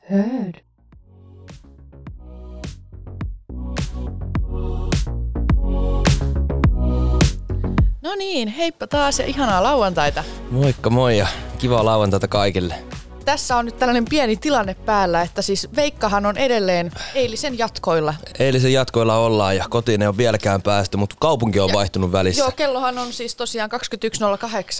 hörd. No niin, heippa taas ja ihanaa lauantaita. Moikka moi ja kivaa lauantaita kaikille. Tässä on nyt tällainen pieni tilanne päällä, että siis Veikkahan on edelleen eilisen jatkoilla. Eilisen jatkoilla ollaan ja kotiin ei ole vieläkään päästy, mutta kaupunki on vaihtunut välissä. Joo, kellohan on siis tosiaan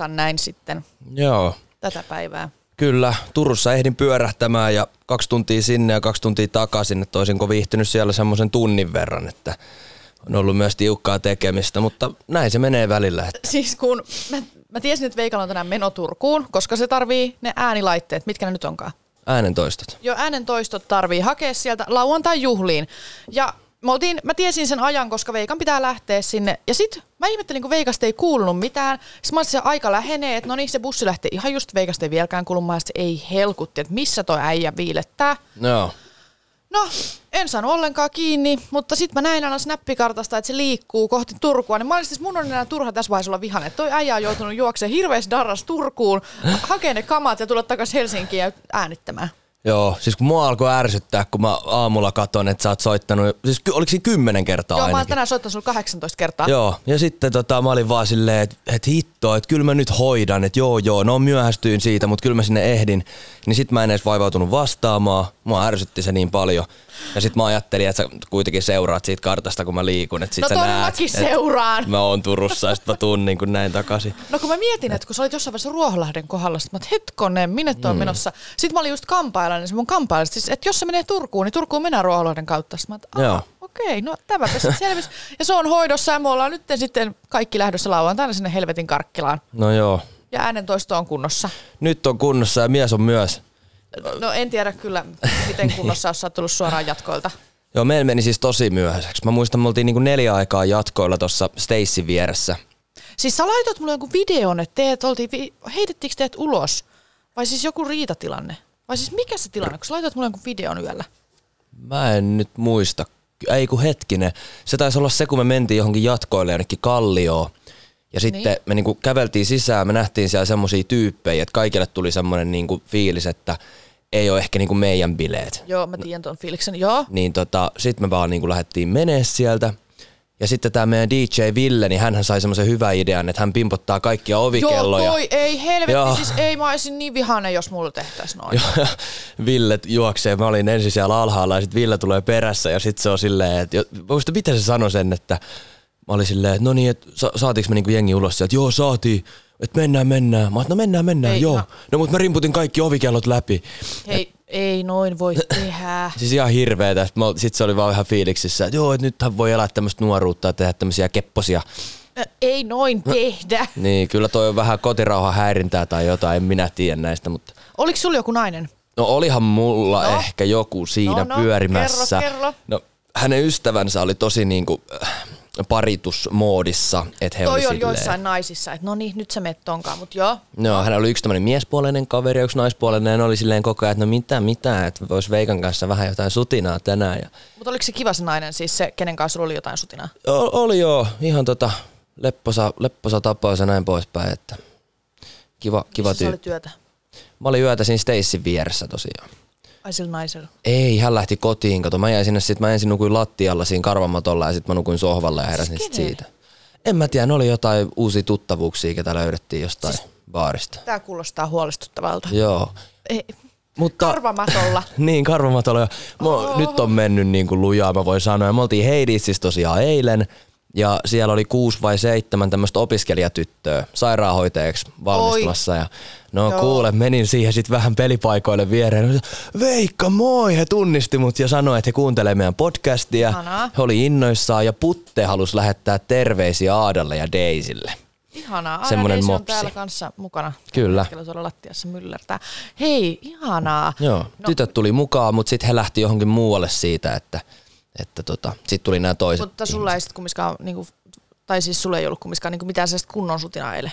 21.08 näin sitten Joo, tätä päivää. kyllä. Turussa ehdin pyörähtämään ja kaksi tuntia sinne ja kaksi tuntia takaisin, että olisinko viihtynyt siellä semmoisen tunnin verran, että on ollut myös tiukkaa tekemistä, mutta näin se menee välillä. Että Siis kun mä, mä tiesin, että Veikalla on tänään meno Turkuun, koska se tarvii ne äänilaitteet, mitkä ne nyt onkaan. äänentoistot. Jo äänen toistot tarvii hakea sieltä lauantain juhliin. Ja me oltiin, mä tiesin sen ajan, koska Veikan pitää lähteä sinne. Ja sit mä ihmettelin, kun Veikasta ei kuulunut mitään. Sitten mä olin, että se aika lähenee, että no niin, se bussi lähtee ihan just Veikasta ei vieläkään kuulumaan. Sitten se ei helkutti, että missä toi äijä viilettää. Joo. No, en saanut ollenkaan kiinni, mutta sitten mä näin aina snappikartasta, että se liikkuu kohti Turkua. Niin mä olin siis, mun on enää turha tässä vaiheessa olla vihainen. Toi äijä on joutunut juokseen hirveässä darras Turkuun, hakee ne kamat ja tulla takaisin Helsinkiin ja äänittämään. Joo, siis kun mua alkoi ärsyttää, kun mä aamulla katon, että sä oot soittanut, siis ky- oliko siinä kymmenen kertaa Joo, mä oon ainakin? tänään soittanut sulle 18 kertaa. Joo, ja sitten tota, mä olin vaan silleen, että et hitto, että kyllä mä nyt hoidan, että joo joo, no myöhästyin siitä, mutta kyllä mä sinne ehdin. Niin sit mä en edes vaivautunut vastaamaan, mua ärsytti se niin paljon. Ja sit mä ajattelin, että sä kuitenkin seuraat siitä kartasta, kun mä liikun, että sit No sä näet, todellakin et seuraan. Mä oon Turussa ja sit mä tuun niin kuin näin takaisin. No kun mä mietin, että kun sä olit jossain vaiheessa Ruoholahden kohdalla, sit mä oot, hetkonen, minne toi Mm. on menossa. Sitten mä olin just kampailla, niin se mun kampailla, siis, että jos se menee Turkuun, niin Turkuun mennään Ruoholahden kautta. Sitten mä oot, Joo. "Aha, okei, no tämä sitten selvisi. Ja se on hoidossa ja me ollaan nyt sitten kaikki lähdössä lauantaina sinne helvetin karkkilaan. No joo, Ja äänentoisto on kunnossa. nyt on kunnossa ja mies on myös. No en tiedä kyllä, miten Niin. kunnossa olisi tullut suoraan jatkoilta. Joo, meillä meni siis tosi myöhäiseksi. Mä muistan, me oltiin niin kuin neljä aikaa jatkoilla tuossa Stacy vieressä. Siis sä laitoit mulle jonkun videon, että teet oltiin, vi- heitettiinkö teet ulos? Vai siis joku riitatilanne? Vai siis mikä se tilanne, kun sä laitoit mulle jonkun videon yöllä? Mä en nyt muista. Ei kun hetkinen. Se taisi olla se, kun me mentiin johonkin jatkoille jonnekin kallioon. Ja sitten Niin. niin. me niinku käveltiin sisään, me nähtiin siellä semmoisia tyyppejä, että kaikille tuli semmoinen niinku fiilis, että ei ole ehkä niinku meidän bileet. Joo, mä tiedän ton fiiliksen, joo. Niin tota, sitten me vaan niinku lähdettiin menee sieltä. Ja sitten tämä meidän DJ Ville, niin hän sai semmoisen hyvän idean, että hän pimpottaa kaikkia ovikelloja. Joo, toi ei, helvetti, Joo. siis ei, mä olisin niin vihainen, jos mulla tehtäisiin noin. Joo, Ville juoksee, mä olin ensin siellä alhaalla ja sitten Ville tulee perässä ja sitten se on silleen, että jo- mä muistan, miten se sanoi sen, että mä olin silleen, että no niin, että sa- saatiinko me niinku jengi ulos sieltä, joo saatiin, että mennään, mennään. Mä oon, että no mennään, mennään, Ei, Ei, joo. no. No, no mutta mä rimputin kaikki ovikellot läpi. Hei, ei noin voi tehdä. Siis ihan hirveetä. Sitten mä ol- sit se oli vaan ihan fiiliksissä, että joo, että nythän voi elää tämmöistä nuoruutta ja tehdä tämmöisiä kepposia. Ö, Ei noin tehdä. Niin, kyllä toi on vähän kotirauhan häirintää tai jotain, en minä tiedä näistä, mutta... Oliko sulla joku nainen? No olihan mulla No. no. ehkä joku siinä No, no, no, no, pyörimässä. kerro, kerro. No, hänen ystävänsä oli tosi niinku äh, paritusmoodissa, että he oli Toi on silleen, joissain naisissa, että no niin, nyt sä meet tonkaan, mutta joo. No, hänellä oli yksi tämmöinen miespuolinen kaveri ja yksi naispuolinen, ja ne oli silleen koko ajan, että no mitä, mitä, että vois Veikan kanssa vähän jotain sutinaa tänään. Ja Mutta oliko se kiva se nainen, siis se, kenen kanssa sulla oli jotain sutinaa? O- oli joo, ihan tota lepposa, lepposa tapaus ja näin poispäin, että kiva, kiva Missä Siis se oli tyyppi. työtä? Mä olin yötä siinä Stacyn vieressä tosiaan. Ai sillä naisella. Ei, hän lähti kotiin, kato. Mä jäin sinne, sit mä ensin nukuin lattialla siinä karvamatolla ja sitten mä nukuin sohvalla ja heräsin sit kenen? siitä. En mä tiedä, ne oli jotain uusia tuttavuuksia, ketä löydettiin jostain Siis- siis... baarista. Tää kuulostaa huolestuttavalta. Joo, Ei, mutta... karvamatolla. Niin, karvamatolla. Ja Mä, Nyt on mennyt niin kuin lujaa, mä voin sanoa. Ja Me oltiin Heiditsissä tosiaan eilen. Ja siellä oli kuusi vai seitsemän tämmöistä opiskelijatyttöä sairaanhoitajaksi valmistumassa. Ja no Joo. Joo. kuule, menin siihen sitten vähän pelipaikoille viereen. No, Veikka, moi! He tunnisti mut ja sanoi, että he kuuntelee meidän podcastia. Ihanaa. He oli innoissaan ja Putte halusi lähettää terveisiä Aadalle ja Deisille. Ihanaa. Aina Semmonen Semmonen on mopsi. Ah. täällä kanssa mukana. Kyllä. Tällä hetkellä tuolla lattiassa myllertää. Hei, ihanaa. Joo, no. tytöt tuli mukaan, mutta sitten he lähti johonkin muualle siitä, että, että tota, sitten tuli nämä toiset Mutta sulla ei sitten kumminkaan, niinku, tai siis sulla ei ollut kumminkaan niinku mitään sellaista kunnon sutinaa eilen.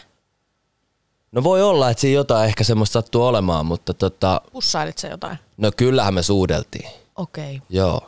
No voi olla, että siinä jotain ehkä semmoista sattuu olemaan, mutta tota, Pussailit sä jotain? no kyllähän me suudeltiin. Okei. Okay. Joo.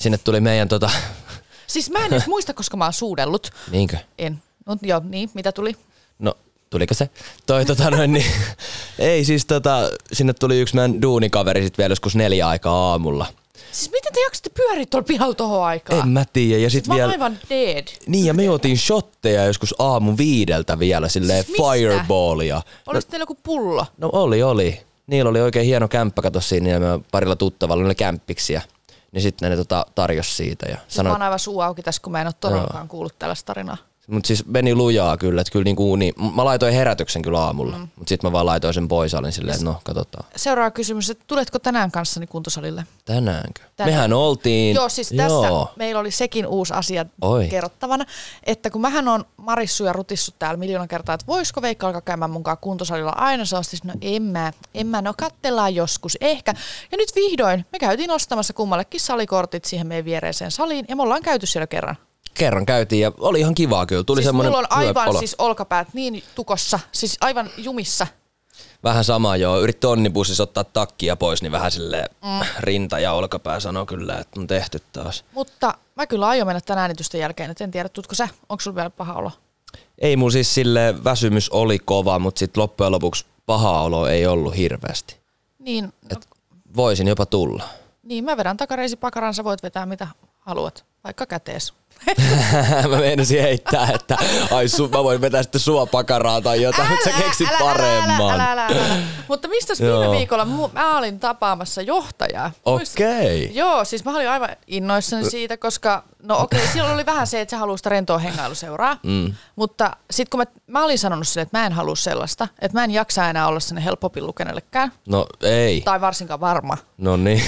Sinne tuli meidän tota, Siis mä en edes muista, koska mä oon suudellut. niinkö? En. No joo, niin, mitä tuli? No tuliko se? Toi, tota noin, niin, ei siis tota, sinne tuli yksi meidän duunikaveri sit vielä joskus neljä aikaa aamulla. Siis miten te jaksatte pyöriä tuolla pihalla tohon aikaan? En mä tiedä. Ja sit Ah. Siis mä oon vielä, aivan dead. niin ja me juotiin shotteja joskus aamu viideltä vielä silleen Siis mistä? fireballia. Olis teillä joku pullo? Siis No oli, oli. Niillä oli oikein hieno kämppä, kato siinä ja me parilla tuttavalla, niillä oli kämppiksiä. Niin sitten ne tota, tarjos siitä ja Sano. Mä sanoi, oon aivan suu auki tässä, kun mä en oo todellakaan kuullut tällaista tarinaa. mutta siis meni lujaa kyllä, että kyllä niinku uni, mä laitoin herätyksen kyllä aamulla, mm. mutta sitten mä vaan laitoin sen pois ja olin silleen, että no katsotaan, Seuraava kysymys, että tuletko tänään kanssani kuntosalille? tänäänkö? Tänään. Tänään. Mehän oltiin, Joo, siis tässä meillä oli sekin uusi asia Oi. Niin, Oi. kerrottavana, että kun mähän on marissu ja rutissut täällä miljoona kertaa, että voisiko Veikka alkaa käymään munkaan kuntosalilla aina, se on siis, no en mä, en mä, no kattellaan joskus, ehkä. Ja nyt vihdoin, me käytiin ostamassa kummallekin salikortit siihen meidän viereiseen saliin, ja me ollaan käyty siellä kerran. kerran käytiin ja oli ihan kivaa kyllä, tuli siis semmoinen mulla on aivan siis olkapäät niin tukossa, siis aivan jumissa. Vähän sama joo, yritti tonnibussissa ottaa takkia pois, niin vähän silleen mm. rinta ja olkapää sanoo kyllä, että on tehty taas. Mutta mä kyllä aion mennä tämän äänitysten jälkeen, et en tiedä, tutko sä, onko sulla vielä paha olo? Ei mun siis sille väsymys oli kova, mutta sitten loppujen lopuksi paha olo ei ollut hirveästi. Niin, no, Voisin jopa tulla. Niin, mä vedän takareisi pakaran, sä voit vetää mitä haluat, vaikka kätees. mä meinasin heittää, että ai su, mä voin vetää sitten sua pakaraa tai jotain, mutta sä keksit Älä, paremman. älä, älä, älä, älä. Mutta mistä viime Joo. viikolla mu- mä olin tapaamassa johtajaa? Muistat- Okei. Joo, siis mä olin aivan innoissani siitä, koska no okei, okay, silloin oli vähän se, että sä haluaa sitä rentoa hengailuseuraa, mm. mutta sitten kun mä, mä olin sanonut sille, että mä en halua sellaista, että mä en jaksa enää olla sinne helpopin lukenellekään, No ei. tai varsinkaan varma. No niin.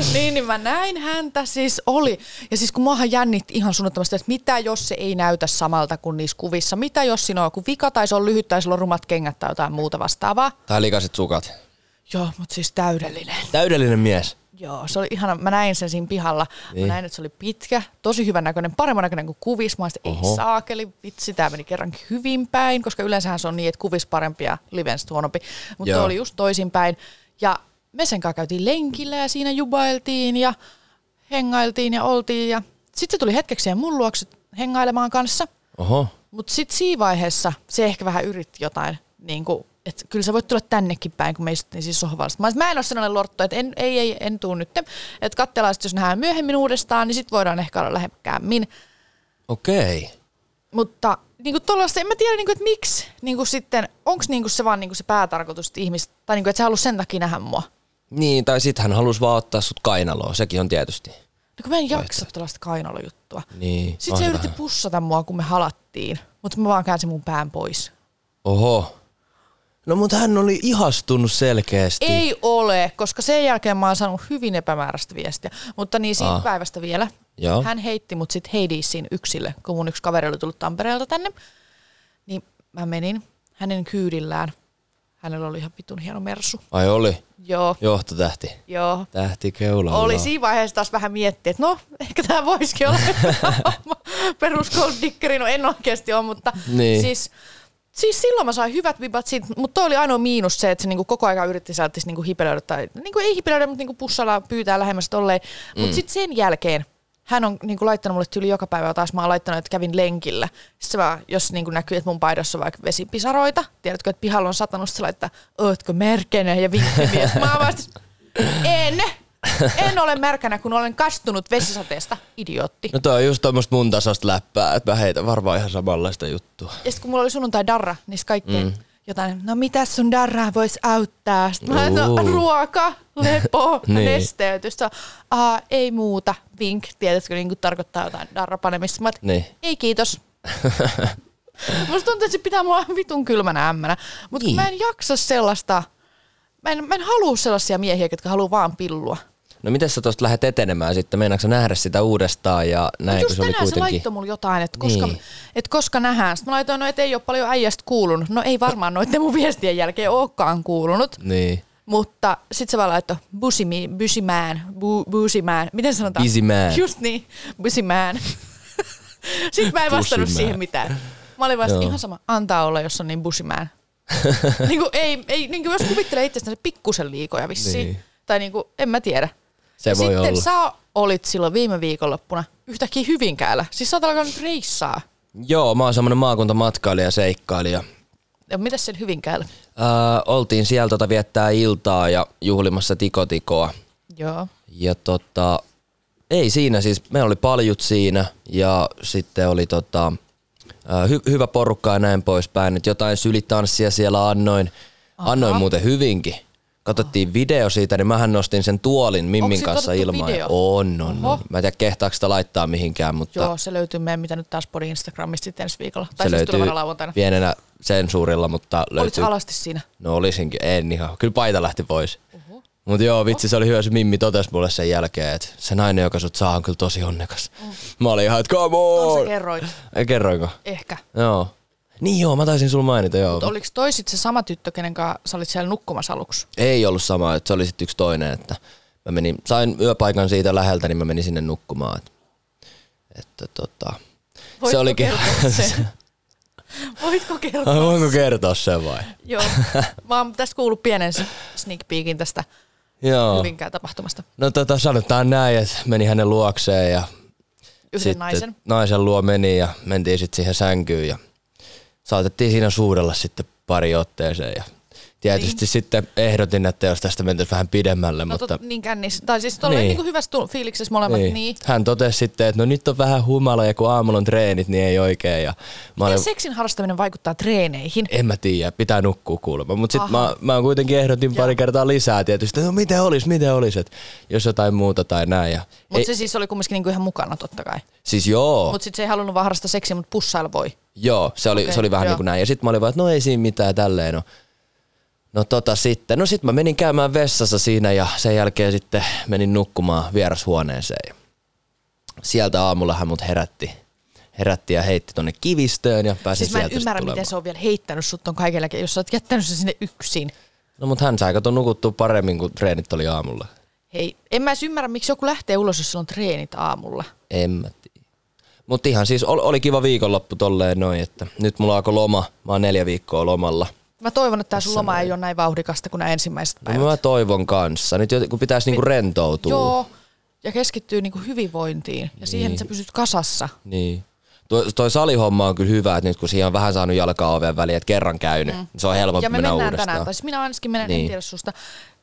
niin, niin mä näin häntä siis oli. Ja siis kun muahan jännitti ihan suunnattomasti, että mitä jos se ei näytä samalta kuin niissä kuvissa. Mitä jos siinä on joku vika tai se on lyhyt tai sillä on rumat kengät tai jotain muuta vastaavaa. tai likaset sukat. Joo, mutta siis täydellinen. Täydellinen mies. Joo, se oli ihana. Mä näin sen siinä pihalla. Mä näin, että se oli pitkä, tosi hyvän näköinen, paremman näköinen kuin kuvis. Mä olin, että ei saakeli, vitsi, tämä meni kerrankin hyvin päin, koska yleensähän se on niin, että kuvis parempi ja liven sit huonompi. Mutta Joo. oli just toisinpäin. Ja me sen kanssa käytiin lenkillä ja siinä jubailtiin ja hengailtiin ja oltiin. Ja... Sitten se tuli hetkeksi siihen mun luokse hengailemaan kanssa. Oho. Mutta sitten siinä vaiheessa se ehkä vähän yritti jotain, niin kuin, että kyllä sä voit tulla tännekin päin, kun me istuttiin siis sohvalla. Sit Mä, olin, että mä en ole sellainen lortto, että en, ei, ei, en tuu nyt. Että katsellaan sitten, jos nähdään myöhemmin uudestaan, niin sitten voidaan ehkä olla lähekkäämmin. Okei. Mutta niin kuin tuollaista, en mä tiedä, niin kuin, että miksi niin kuin sitten, onko niin kuin se vaan niin kuin se päätarkoitus, että ihmiset, tai niin kuin, että sä haluat sen takia nähdä mua. Niin, tai sit hän halusi vaan ottaa sut kainaloon, sekin on tietysti. No kun mä en jaksa tällaista kainalojuttua. Niin. Sitten on se se yritti vähän. pussata mua, kun me halattiin, mutta mä vaan käänsin mun pään pois. Oho. No mutta hän oli ihastunut selkeästi. Ei ole, koska sen jälkeen mä oon saanut hyvin epämääräistä viestiä. Mutta niin siitä Aa. päivästä vielä. Joo. Hän heitti mut sit Heidisiin yksille, kun mun yksi kaveri oli tullut Tampereelta tänne. Niin mä menin hänen kyydillään. Hänellä oli ihan vitun hieno mersu. Ai oli. Joo, Johtotähti. joo. Tähti keulalla. Oli siinä vaiheessa taas vähän miettiä, että no, ehkä tämä voisikin olla perus gold diggeri. no en oikeasti ole, mutta Niin. siis, siis silloin mä sain hyvät vibat siitä, mutta toi oli ainoa miinus se, että se niinku koko ajan yritti sieltä niinku hipelöidä, tai niinku ei hipelöidä, mutta niinku pussalla pyytää lähemmäs tolleen, mutta sitten sen jälkeen hän on niinku laittanut mulle tyyli joka päivä, taas mä oon laittanut, että kävin lenkillä. Sitten se vaan, jos niinku näkyy, että mun paidassa on vaikka vesipisaroita, tiedätkö, että pihalla on satanut, sit se laittaa, ootko märkänä ja vinkkimies. Mä oon siis, vasta, en. En ole märkänä, kun olen kastunut vesisateesta. Idiootti. No toi on just tämmöstä mun tasosta läppää, että mä heitän varmaan ihan samanlaista juttua. Ja sitten kun mulla oli sunnuntai darra, niin sit kaikki mm. jotain, no mitä sun darraa voisi auttaa? Sitten mä olin, no Uu. ruoka, lepo, Niin. nesteytystä. Aa, ei muuta, vink, tiedätkö, niin kuin tarkoittaa jotain darrapanemista. Mä oon, Niin. ei kiitos. Musta tuntuu, että se pitää mua vitun kylmänä ämmänä. Mutta niin. Niin. mä en jaksa sellaista, mä en, mä en halua sellaisia miehiä, jotka haluaa vaan pillua. No miten sä tosta lähdet etenemään sitten? Meinaatko sä nähdä sitä uudestaan ja näin, kun Just se oli tänään se kuitenkin? laittoi mulla jotain, että koska, niin. Niin. et koska nähdään. Sitten mä laitoin, no, että ei ole paljon äijästä kuulunut. No ei varmaan noiden mun viestien jälkeen olekaan kuulunut. Niin. Mutta sitten se vaan laittoi busimi, busimään, bu, busimään. Miten sanotaan? Busy man. Just niin, busimään. sitten mä en vastannut Busimään. siihen mitään. Mä olin vasta Joo. ihan sama, antaa olla, jos on niin busimään. niin kuin, ei, ei, niin kuin jos kuvittelee itsestäni pikkusen liikoja vissiin. Niin. Niin. Tai niin kuin, en mä tiedä. Se Ja voi sitten olla. sä olit silloin viime viikonloppuna yhtäkkiä Hyvinkäällä. Siis sä oot alkanut reissaa. Joo, mä oon semmonen maakuntamatkailijä ja seikkailija. Ja mitäs sen Hyvinkäällä? Öö, oltiin siellä tota viettää iltaa ja juhlimassa tikotikoa. Joo. Ja tota, ei siinä siis, meillä oli paljut siinä ja sitten oli tota, ää, hy- hyvä porukka ja näin poispäin. Et jotain sylitanssia siellä annoin, annoin muuten hyvinkin. Katsottiin video siitä, niin mähän nostin sen tuolin Mimmin Ah. siitä kanssa otettu ilmaan. video? On, on, Oho. on. Mä en tiedä kehtaako sitä laittaa mihinkään, mutta Joo, se löytyy meidän, mitä nyt taas podi Instagramista sitten ensi viikolla. Tai se siis löytyy tulevana lauantaina. pienenä sensuurilla, mutta Olitko löytyy. alasti siinä? No olisinkin, en ihan. Kyllä paita lähti pois. Mutta joo, vitsi, se oli hyvä, se Mimmi totesi mulle sen jälkeen, että se nainen, joka sut saa, on kyllä tosi onnekas. Mä olin ihan, että come On on! sä kerroit. Ei, Kerroinko? Ehkä. Joo. Niin joo, mä taisin sulla mainita, joo. Oliko toi sit se sama tyttö, kenen kanssa sä olit siellä nukkumassa aluksi? Ei ollut sama, että se oli sitten yksi toinen, että mä menin, sain yöpaikan siitä läheltä, niin mä menin sinne nukkumaan. Että, että tota, Voitko olikin- kertoa sen? Voitko kertoa? Ai, voinko kertoa sen vai? Joo. Mä oon tästä kuullut pienen sneak peekin tästä Joo. Hyvinkään tapahtumasta. No tota, sanotaan näin, että meni hänen luokseen ja Yhden sitten naisen. naisen luo meni ja mentiin sitten siihen sänkyyn ja saatettiin siinä suudella sitten pari otteeseen ja tietysti sitten ehdotin, että jos tästä mentäisiin vähän pidemmälle, Niin. No mutta tot, niin kännis, tai siis tolleen Niin. niin. niin hyvässä tu- fiiliksessä molemmat, niin. niin. hän totesi sitten, että no nyt on vähän humala ja kun aamulla on treenit, niin ei oikein ja mä Ja olen, seksin harrastaminen vaikuttaa treeneihin. en mä tiedä, pitää nukkua kuulemma, mutta sitten mä, mä kuitenkin ehdotin pari kertaa lisää tietysti, että no miten olisi, miten olisi, että jos jotain muuta tai näin ja ei, Mutta se siis oli kumminkin niinku ihan mukana totta kai. siis joo. Mutta sitten se ei halunnut vaan harrastaa seksiä, mutta pussailla voi. Joo, se oli, Okei, okay, se oli vähän joo. niin kuin näin. Ja sitten mä olin vaan, että no ei siinä mitään ja tälleen. No, no tota sitten. No sitten mä menin käymään vessassa siinä ja sen jälkeen sitten menin nukkumaan vierashuoneeseen. Ja Sieltä aamulla hän mut herätti. Herätti ja heitti tonne kivistöön ja pääsin Siis mä en sieltä ymmärrä, sitten miten se on vielä heittänyt sut on kaikellakin, jos sä oot jättänyt sen sinne yksin. tulemaan. No mut hän sai kato nukuttua paremmin, kun treenit oli aamulla. Hei, en mä edes ymmärrä, miksi joku lähtee ulos, jos sillä on treenit aamulla. En mä tiedä. Mutta ihan siis ol- oli kiva viikonloppu tolleen noin, että nyt mulla alkoi loma. Mä oon neljä viikkoa lomalla. Mä toivon, että tää sun loma ei ole näin vauhdikasta kuin nämä ensimmäiset päivät. No mä toivon kanssa. Nyt jot- kun pitäisi niinku rentoutua. Joo, ja keskittyy niinku hyvinvointiin ja siihen, että sä pysyt kasassa. Niin. Tuo, toi salihomma on kyllä hyvä, että nyt kun siihen on vähän saanut jalkaa oven väliin, että kerran käynyt, mm. se on helpompi Ja me mennä mennään uudestaan. tänään, tai siis minä ainakin menen, niin. en Niin. tiedä susta.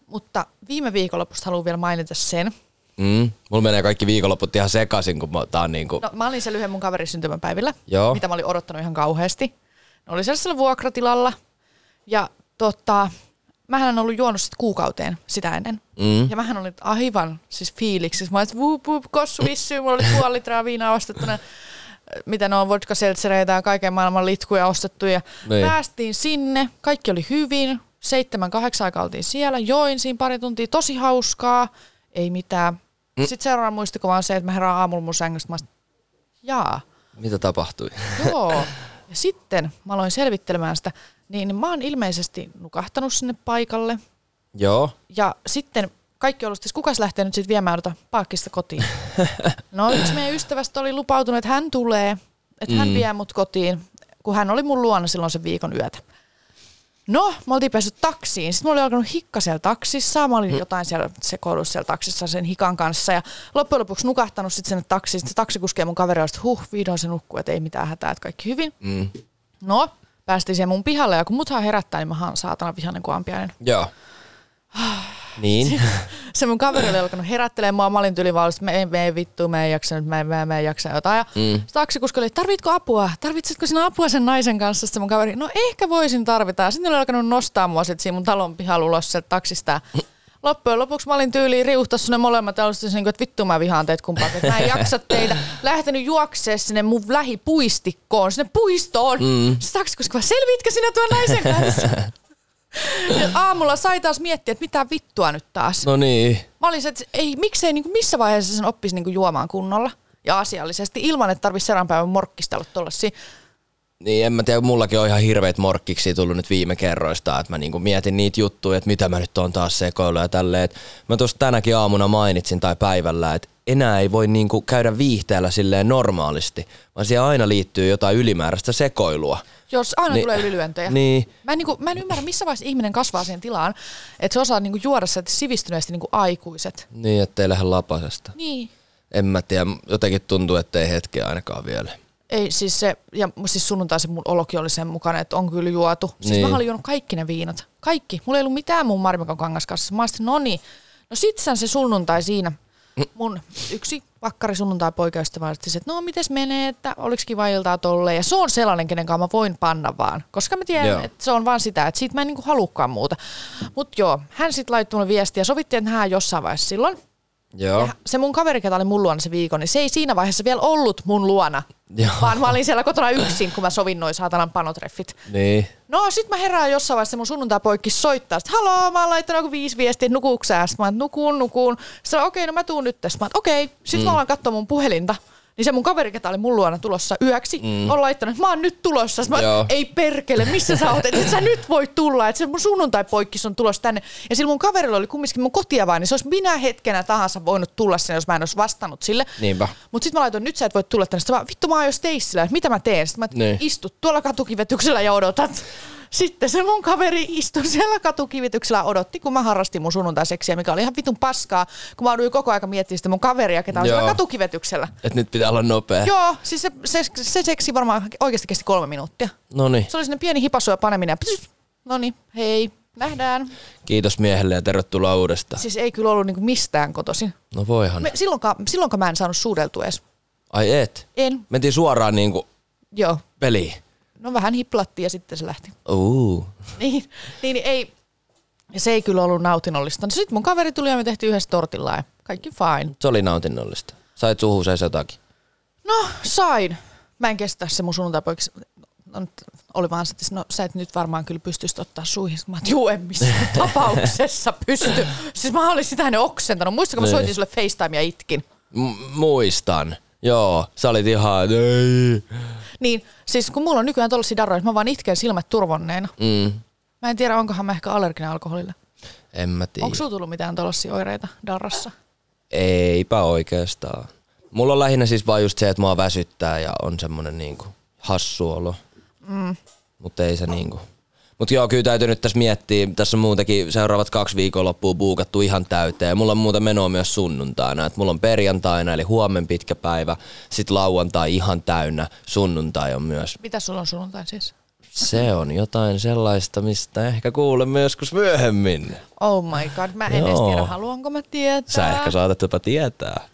Mutta viime viikonlopusta haluan vielä mainita sen. Mm. Mulla menee kaikki viikonloput ihan sekaisin, kun mä, tää on niinku... No, mä olin siellä yhden mun kaverin syntymäpäivillä, Joo. mitä mä olin odottanut ihan kauheasti. Ne oli sellaisella vuokratilalla ja tota, mähän en ollut juonut sit kuukauteen sitä ennen. Mm. Ja mähän olin aivan siis fiiliksissä. Mä olin, että vuup, vuup, kossu vissyy, mulla oli puoli litraa viinaa ostettuna. Mitä ne on, vodka seltsereitä ja kaiken maailman litkuja ostettu. Ja Niin. päästiin sinne, kaikki oli hyvin. Seitsemän, kahdeksan aikaa oltiin siellä, join siinä pari tuntia, tosi hauskaa, ei mitään. Mm. Sitten seuraava muistikuva on se, että mä herään aamulla mun sängystä, mä oon sit- jaa, Mitä tapahtui? joo. Ja sitten mä aloin selvittelemään sitä, niin mä oon ilmeisesti nukahtanut sinne paikalle. Joo. Ja sitten kaikki on ollut, siis kukas lähtee nyt sitten viemään tuota paakkista kotiin? No yksi meidän ystävästä oli lupautunut, että hän tulee, että hän vie mut kotiin, kun hän oli mun luona silloin sen viikon yötä. No, mä oltiin päässyt taksiin. Sitten mä olin alkanut hikka siellä taksissa. Mä olin jotain siellä sekoillut siellä taksissa sen hikan kanssa. Ja loppujen lopuksi nukahtanut sitten sinne taksiin. Sitten se taksikuski ja mun kaveri oli, sit, huh, vihdoin se nukkuu, että ei mitään hätää, että kaikki hyvin. Mm. No, päästiin siihen mun pihalle ja kun muthan herättää, niin mä oon saatana vihainen kuin ampiainen Joo. niin. se mun kaveri oli alkanut herättelemään mua, mä olin tyyli vaan, ollut, että me en, me en vittu, me en jaksa nyt, mä en, mä en, mä en jaksa jotain. Ja mm. taksikuski oli, tarvitko apua? Tarvitsetko sinä apua sen naisen kanssa? Sitten mun kaveri, no ehkä voisin tarvita. Ja Sitten ne oli alkanut nostaa mua sit siinä mun talon pihalla ulos sieltä taksista. Ja Loppujen lopuksi mä olin tyyliin riuhtas ne molemmat ja olin sitten niinku, että vittu mä vihaan teitä kumpaa, että mä en jaksa teitä. Lähtenyt juoksee sinne mun lähipuistikkoon, sinne puistoon. Mm. Sitten taksikuski vaan, selvitkö sinä tuon naisen kanssa? Ja aamulla sai taas miettiä, että mitä vittua nyt taas. No niin. Mä olin se, että ei, miksei niin kuin missä vaiheessa sen oppisi niin kuin juomaan kunnolla ja asiallisesti ilman, että tarvitsisi seuraavan päivän morkkistella tuollaisia. Niin, en mä tiedä, mullakin on ihan hirveet morkkiksi tullut nyt viime kerroista, että mä niinku mietin niitä juttuja, että mitä mä nyt on taas sekoilla ja tälleen. Et Mä tuossa tänäkin aamuna mainitsin tai päivällä, että enää ei voi niinku käydä viihteellä silleen normaalisti, vaan siihen aina liittyy jotain ylimääräistä sekoilua. Jos aina niin, Niin. tulee ylilyöntejä. Niin. Mä, en, niin kuin, mä en ymmärrä, missä vaiheessa ihminen kasvaa siihen tilaan, että se osaa niin kuin juoda sieltä sivistyneesti niin kuin aikuiset. Niin, ettei lähde lapasesta. Niin. En mä tiedä, jotenkin tuntuu, ettei hetkeä ainakaan vielä. Ei siis se, ja siis sunnuntai se mun olokin oli sen mukana, että on kyllä juotu. Siis niin. Niin. mä olin juonut kaikki ne viinat. Kaikki. Mulla ei ollut mitään mun marmikan kangaskassissa. Mä olisin, no niin. No sitsän se sunnuntai siinä. Mun yksi pakkari sunnuntai poikaystävä että se, että no mites menee, että oliks kiva iltaa tolle. Ja se on sellainen, kenen kanssa mä voin panna vaan. Koska mä tiedän, Joo. että se on vaan sitä, että siitä mä en niinku halukkaan muuta. Mut joo, hän sitten laittoi mulle viestiä. Sovittiin, että hän on jossain vaiheessa silloin. Joo. Ja se mun kaveri, ketä oli mun luona se viikon, niin se ei siinä vaiheessa vielä ollut mun luona. Joo. Vaan mä olin siellä kotona yksin, kun mä sovin noin saatanan panotreffit. Niin. No sit mä herään jossain vaiheessa se mun sunnuntaipoikki soittaa. Sitten haloo, mä oon laittanut joku viisi viestiä, että nukuuks sä? Sitten Mä oon, nukun, nukun. Sitten okei, okay, no mä tuun nyt tästä. Mä oon, okei. Okay. Sitten mm. mä oon katsoa mun puhelinta. Niin se mun kaveri, ketä oli mun luona tulossa yöksi, mm. on laittanut, että mä oon nyt tulossa. Sitten Mä, Joo. oon, ei perkele, missä sä oot? Että sä nyt voi tulla, että se mun sunnuntaipoikkis on tulossa tänne. Ja sillä mun kaverilla oli kumminkin mun kotia vain, niin se olisi minä hetkenä tahansa voinut tulla sinne, jos mä en olisi vastannut sille. Niinpä. Mutta sitten mä laitoin, nyt sä et voi tulla tänne. Sitten mä, vittu mä oon jo Stacella, että mitä mä teen? Sitten mä, Niin. niin. istut tuolla katukivetyksellä ja odotat. Sitten se mun kaveri istui siellä katukivityksellä odotti, kun mä harrastin mun sunnuntaiseksiä, mikä oli ihan vitun paskaa, kun mä jouduin koko ajan miettimään sitä mun kaveria, ketä on Joo. siellä katukivetyksellä. Et nyt pitää olla nopea. Joo, siis se, se, se seksi varmaan oikeasti kesti kolme minuuttia. No niin. Se oli sinne pieni hipasu ja paneminen. ja pys. No niin, hei, nähdään. Kiitos miehelle ja tervetuloa uudestaan. Siis ei kyllä ollut niinku mistään kotoisin. No voihan. Me, silloinkaan, silloinkaan mä en saanut suudeltua edes. Ai et. En, Mentiin suoraan niinku joo. peliin. No vähän hiplattiin ja sitten se lähti. Uu. niin, niin niin ei, ja se ei kyllä ollut nautinnollista. No sitten mun kaveri tuli ja me tehtiin yhdessä tortilla ja kaikki fine. Se oli nautinnollista. Sait suhuseesi jotakin. No sain. Mä en kestä se mun sunnuntaipoiksi. No, nyt oli vaan se, että no, sä et nyt varmaan kyllä pystyisi ottaa suihin. Sitten Mä oon, juu, en missään tapauksessa pysty. Siis mä olin sitä hänen oksentanut. Muistako mä Niin. soitin sulle FaceTime ja itkin? M- muistan. Joo, sä olit ihan, ei. Niin, siis kun mulla on nykyään tollaisia darroja, että mä vaan itken silmät turvonneena. Mm, Mä en tiedä, onkohan mä ehkä allerginen alkoholille. en mä tiedä. Onko sulla tullut mitään tollaisia oireita darrassa? Eipä oikeastaan. Mulla on lähinnä siis vaan just se, että mua väsyttää ja on semmonen niinku hassu olo. Mm. Mutta ei se niinku. Mut joo, kyllä täytyy nyt tässä miettiä. Tässä on muutenkin seuraavat kaksi viikonloppua buukattu ihan täyteen. Mulla on muuta menoa myös sunnuntaina. Et mulla on perjantaina, eli huomen pitkä päivä. Sitten lauantai ihan täynnä. Sunnuntai on myös. Mitä sulla on sunnuntai siis? Se on jotain sellaista, mistä ehkä kuulemme joskus myöhemmin. Oh my god, mä en edes Joo. tiedä, haluanko mä tietää. Sä ehkä saatat jopa tietää.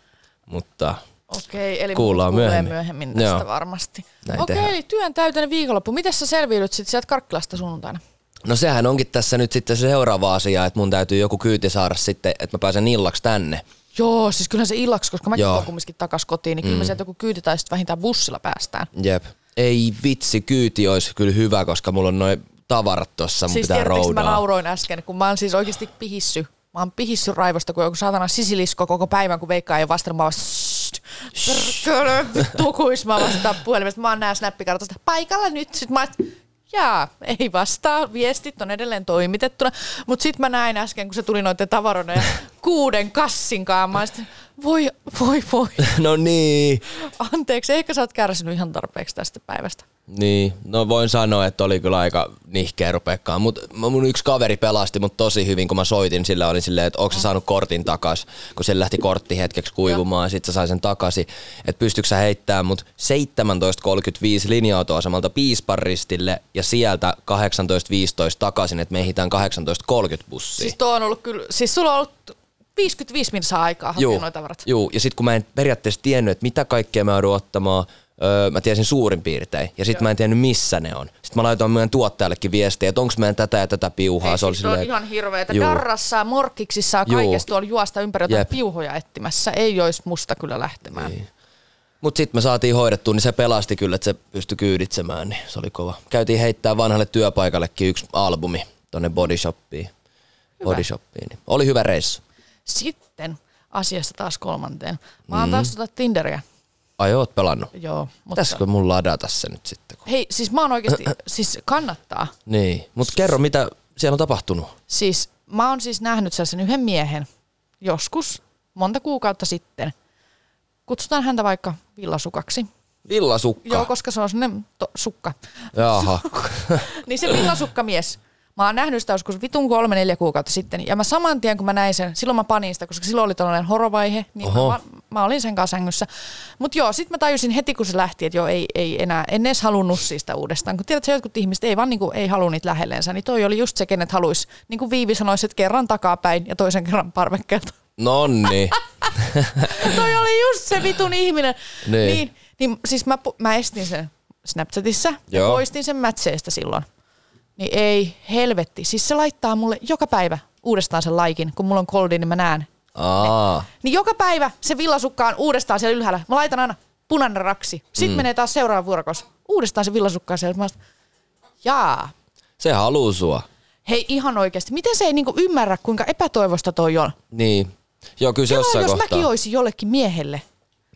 Mutta Okei, eli Kuullaan kuullaan myöhemmin. myöhemmin. myöhemmin tästä Joo. varmasti. Näin Okei, tehdään. eli työn täyteinen viikonloppu. Miten sä selviydyt sitten sieltä Karkkilasta sunnuntaina? No sehän onkin tässä nyt sitten se seuraava asia, että mun täytyy joku kyyti saada sitten, että mä pääsen illaksi tänne. Joo, siis kyllähän se illaksi, koska mäkin Joo. Mm. tuon kumminkin takas kotiin, niin kyllä me sieltä joku kyyti tai sitten vähintään bussilla päästään. Jep. Ei vitsi, kyyti olisi kyllä hyvä, koska mulla on noin tavarat tossa, mun siis pitää tiedättekö, mä roudaa. nauroin äsken, kun mä oon siis oikeasti pihissy. Mä oon pihissy raivosta, kun joku saatana sisilisko koko päivän, kun veikkaa ei ole vastannut. Mä oon vaan, "Sst, perkele, vittu, kuis mä vastaan puhelimesta. Mä oon nää snappikartoista paikalla nyt. Sit mä oon, jaa, ei vastaa. Viestit on edelleen toimitettuna. Mut sit mä näin äsken, kun se tuli noiden tavaroiden ja kuuden kassin kanssa. Mä oon sit, voi, voi, voi. No niin. Anteeksi, ehkä sä oot kärsinyt ihan tarpeeksi tästä päivästä. Niin, no voin sanoa, että oli kyllä aika nihkeä rupeakaan, mutta mun yksi kaveri pelasti mut tosi hyvin, kun mä soitin, sillä oli silleen, että onko se saanut kortin takas, kun se lähti kortti hetkeksi kuivumaan, sit se sai sen takaisin, että pystyykö sä heittämään mut 17.35 linja-autoasemalta Piisparristille ja sieltä 18.15 takaisin, että me ehditään 18.30 bussiin. Siis tuo on ollut kyllä, siis sulla on ollut 55 minsaa aikaa hakea noita tavarat. Joo, ja sitten kun mä en periaatteessa tiennyt, että mitä kaikkea mä joudun ottamaan, öö, mä tiesin suurin piirtein, ja sitten mä en tiennyt missä ne on. Sitten mä laitoin meidän tuottajallekin viestiä, että onko meidän tätä ja tätä piuhaa. Ei, se oli siis on silleen, ihan hirveetä. Juu. Darrassa, morkkiksissa ja Juu. kaikessa tuolla juosta ympäri jotain Jep. piuhoja etsimässä. Ei olisi musta kyllä lähtemään. Niin. Mutta sitten me saatiin hoidettua, niin se pelasti kyllä, että se pystyi kyyditsemään, niin se oli kova. Käytiin heittää vanhalle työpaikallekin yksi albumi tonne Body Shoppiin. Body Shoppiin. Niin. Oli hyvä reissu. Sitten asiasta taas kolmanteen. Mä oon Mm. taas tota Tinderiä. Ai oot pelannut. Joo, mutta... Pitäisikö mun ladata se nyt sitten? kun- Hei, siis mä oon oikeasti, siis kannattaa. Niin, mutta kerro mitä siellä on tapahtunut. Siis mä oon siis nähnyt sellaisen yhden miehen joskus, monta kuukautta sitten. Kutsutaan häntä vaikka villasukaksi. Villasukka. Joo, koska se on sellainen to- sukka. Jaha. niin se villasukkamies. Mä oon nähnyt sitä joskus vitun kolme, neljä kuukautta sitten. Ja mä saman tien, kun mä näin sen, silloin mä panin sitä, koska silloin oli tällainen horovaihe. Niin mä, Oho. vaan- mä olin sen kanssa sängyssä. Mutta joo, sitten mä tajusin heti, kun se lähti, että joo, ei, ei enää, en edes halunnut siitä uudestaan. Kun tiedät, että jotkut ihmiset ei vaan niinku, ei halua niitä lähellensä, niin toi oli just se, kenet haluaisi. Niin kuin Viivi sanoisi, että kerran takapäin ja toisen kerran parvekkeelta. Nonni. toi oli just se vitun ihminen. Niin. Niin, niin siis mä, pu- mä estin sen Snapchatissa ja Joo. poistin sen mätseestä silloin. Niin ei, helvetti. Siis se laittaa mulle joka päivä uudestaan sen laikin, kun mulla on koldi, niin mä näen. Aa. Niin joka päivä se villasukka on uudestaan siellä ylhäällä. Mä laitan aina punainen raksi. Sitten mm. menee taas seuraava vuorokos. Uudestaan se villasukka on siellä. Mä oon, jaa. Se haluu sua. Hei ihan oikeasti. Miten se ei niinku ymmärrä, kuinka epätoivosta toi on? Niin. Joo, kyllä se Kelaa, jossain jos kohtaa. mäkin olisin jollekin miehelle.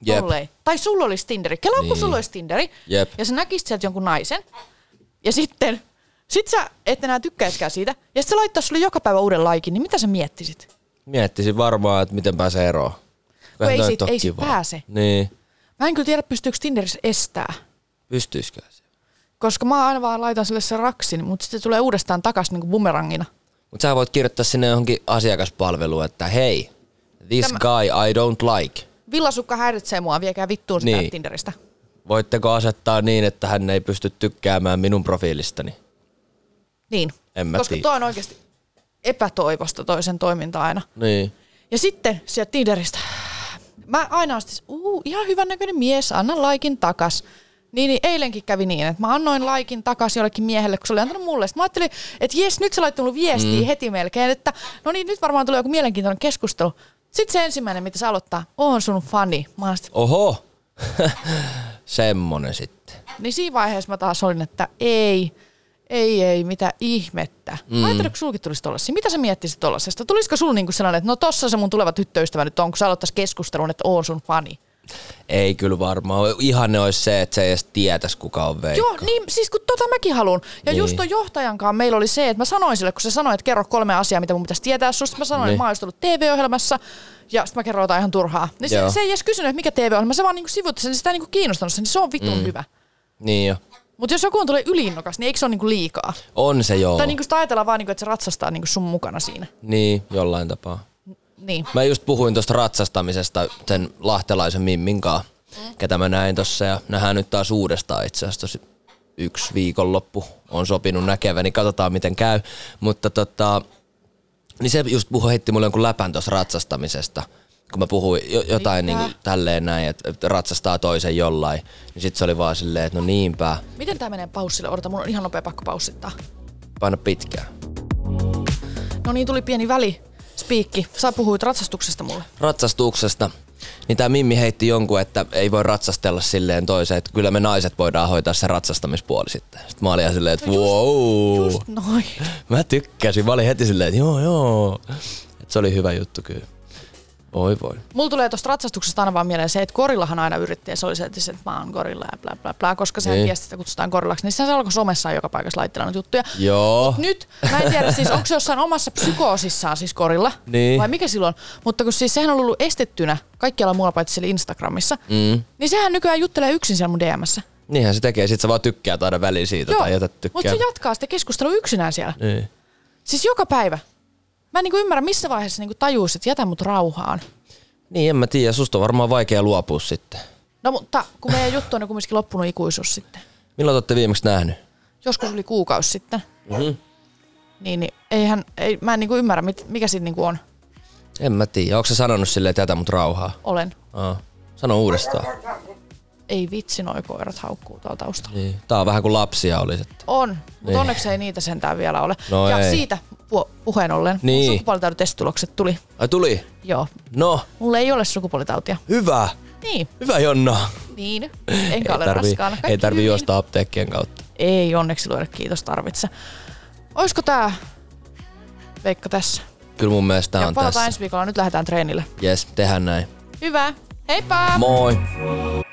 Jep. Tollei. Tai sulla olisi Tinderi. Kelaa, niin. kun Niin. sulla olisi Tinderi. Jep. Ja sä näkisit sieltä jonkun naisen. Ja sitten, sit sä et enää tykkäiskään siitä. Ja sitten se laittaa sulle joka päivä uuden laikin, niin mitä sä miettisit? Miettisin varmaan, että miten pääsee eroon. Vähän ei toi siitä- nyt on ei siitä kivaa. pääse. Niin. Mä en kyllä tiedä, pystyykö Tinderissä estää. Pystyisikään se. Koska mä aina vaan laitan sille sen raksin, mutta sitten se tulee uudestaan takaisin niin kuin bumerangina. Mutta sä voit kirjoittaa sinne johonkin asiakaspalveluun, että hei, this Tämä- guy I don't like. Villasukka häiritsee mua, viekää vittuun sitä Niin. Tinderistä. Voitteko asettaa niin, että hän ei pysty tykkäämään minun profiilistani? Niin. En mä Koska tiedä. toi on oikeasti epätoivosta toisen toiminta aina. Niin. Ja sitten sieltä Tinderistä. Mä aina on siis, uu, ihan hyvän näköinen mies, anna laikin takas. Niin, niin eilenkin kävi niin, että mä annoin laikin takas jollekin miehelle, kun se oli antanut mulle. Sitten mä ajattelin, että jes, nyt se laittoi mulle viestiä mm. heti melkein, että no niin, nyt varmaan tulee joku mielenkiintoinen keskustelu. Sitten se ensimmäinen, mitä se aloittaa, on sun fani. Mä oon sit- Oho! Semmonen sitten. Niin siinä vaiheessa mä taas olin, että ei, ei, ei, mitä ihmettä. Mm. Ajattelin, kun sulki tulisi tollasia. Mitä sä miettisit tollasesta? Tulisiko sul niinku sellainen, että no tossa se mun tuleva tyttöystävä nyt on, kun sä aloittaisi keskustelun, että oon sun fani? Ei kyllä varmaan. Ihanne olisi se, että se ei edes tietäisi, kuka on Veikka. Joo, niin siis kun tota mäkin haluan. Ja niin. Niin. just ton johtajankaan meillä oli se, että mä sanoin sille, kun se sanoi, että kerro kolme asiaa, mitä mun pitäisi tietää susta. Mä sanoin, niin. Niin. että mä oon just ollut TV-ohjelmassa ja sitten mä kerron jotain ihan turhaa. Niin se, Joo. se, ei edes kysynyt, että mikä TV-ohjelma, se vaan niinku sivutti sen, niin sitä ei niinku kiinnostanut sen, niin se on vitun mm. hyvä. Niin jo. Mutta jos joku on tulee yliinnokas, niin eikö se ole niinku liikaa? On se joo. Tai niinku sitä ajatellaan vaan, niinku, että se ratsastaa niinku sun mukana siinä. Niin, jollain tapaa. Niin. Mä just puhuin tuosta ratsastamisesta sen lahtelaisen Mimmin kanssa, Mm. ketä mä näin tossa ja nähdään nyt taas uudestaan itse asiassa tosi yksi viikonloppu on sopinut näkeväni, katsotaan miten käy, mutta tota, niin se just puhui, heitti mulle jonkun läpän tuossa ratsastamisesta, kun mä puhuin jo, jotain niin kuin tälleen näin, että että ratsastaa toisen jollain, niin sit se oli vaan silleen, että no niinpä, Miten tämä menee paussille? Odota, mun on ihan nopea pakko paussittaa. paina pitkään. No niin, tuli pieni väli. Spiikki, sä puhuit ratsastuksesta mulle. ratsastuksesta, niin tämä Mimmi heitti jonkun, että ei voi ratsastella silleen toiseen, että kyllä me naiset voidaan hoitaa se ratsastamispuoli sitten. Sitten mä olin ihan silleen, että wow, No Just noin. mä tykkäsin. Mä olin heti silleen, että joo joo. Et se oli hyvä juttu kyllä. Oi voi. Mulla tulee tuosta ratsastuksesta aina vaan mieleen se, että korillahan aina yritti ja se oli se, että, se, että mä oon korilla ja bla bla bla, koska sehän Niin. tiesi, että kutsutaan korillaksi. Niin sehän se alkoi somessa joka paikassa laitella noita juttuja. Joo. Nyt, mä en tiedä siis, onko se jossain omassa psykoosissaan siis korilla, Niin. vai mikä silloin, mutta kun siis sehän on ollut estettynä kaikkialla muualla paitsi siellä Instagramissa, mm. niin sehän nykyään juttelee yksin siellä mun DMssä. Niinhän se tekee. Sitten sä vaan tykkää aina väliin siitä tai jätät mutta tykkää. se jatkaa sitä keskustelua yksinään siellä. niin. Siis joka päivä. Mä en niinku ymmärrä, missä vaiheessa niinku tajuus, että jätä mut rauhaan. niin, en mä tiedä. Susta on varmaan vaikea luopua sitten. No mutta kun meidän juttu on niin kumminkin loppunut ikuisuus sitten. Milloin te olette viimeksi nähnyt? Joskus oli kuukausi sitten. Mm-hmm. Niin, niin eihän, ei, mä en niinku ymmärrä, mit, mikä siinä niinku on. En mä tiedä. Onko sä sanonut silleen, että jätä mut rauhaa? Olen. Aa. Sano uudestaan. Ei vitsi, noi koirat haukkuu tuolla taustalla. Niin. Tää on vähän kuin lapsia olisi. Että. On, mutta niin. onneksi ei niitä sentään vielä ole. No ja ei. siitä pu- puheen ollen, Niin. niin. sukupuolitautitestitulokset tuli. Ai tuli. Joo, No, mulla ei ole sukupuolitautia. hyvä. Niin, Hyvä Jonna. niin. Enkä ole tarvii, raskaana. Kaikki ei tarvi hyvin. juosta apteekkien kautta. Ei onneksi luoda kiitos tarvitse. Oisko tää Veikka tässä? Kyllä mun mielestä tää Ja on palataan tässä. ensi viikolla, nyt lähdetään treenille. Jes, tehdään näin. Hyvä, heippa! Moi.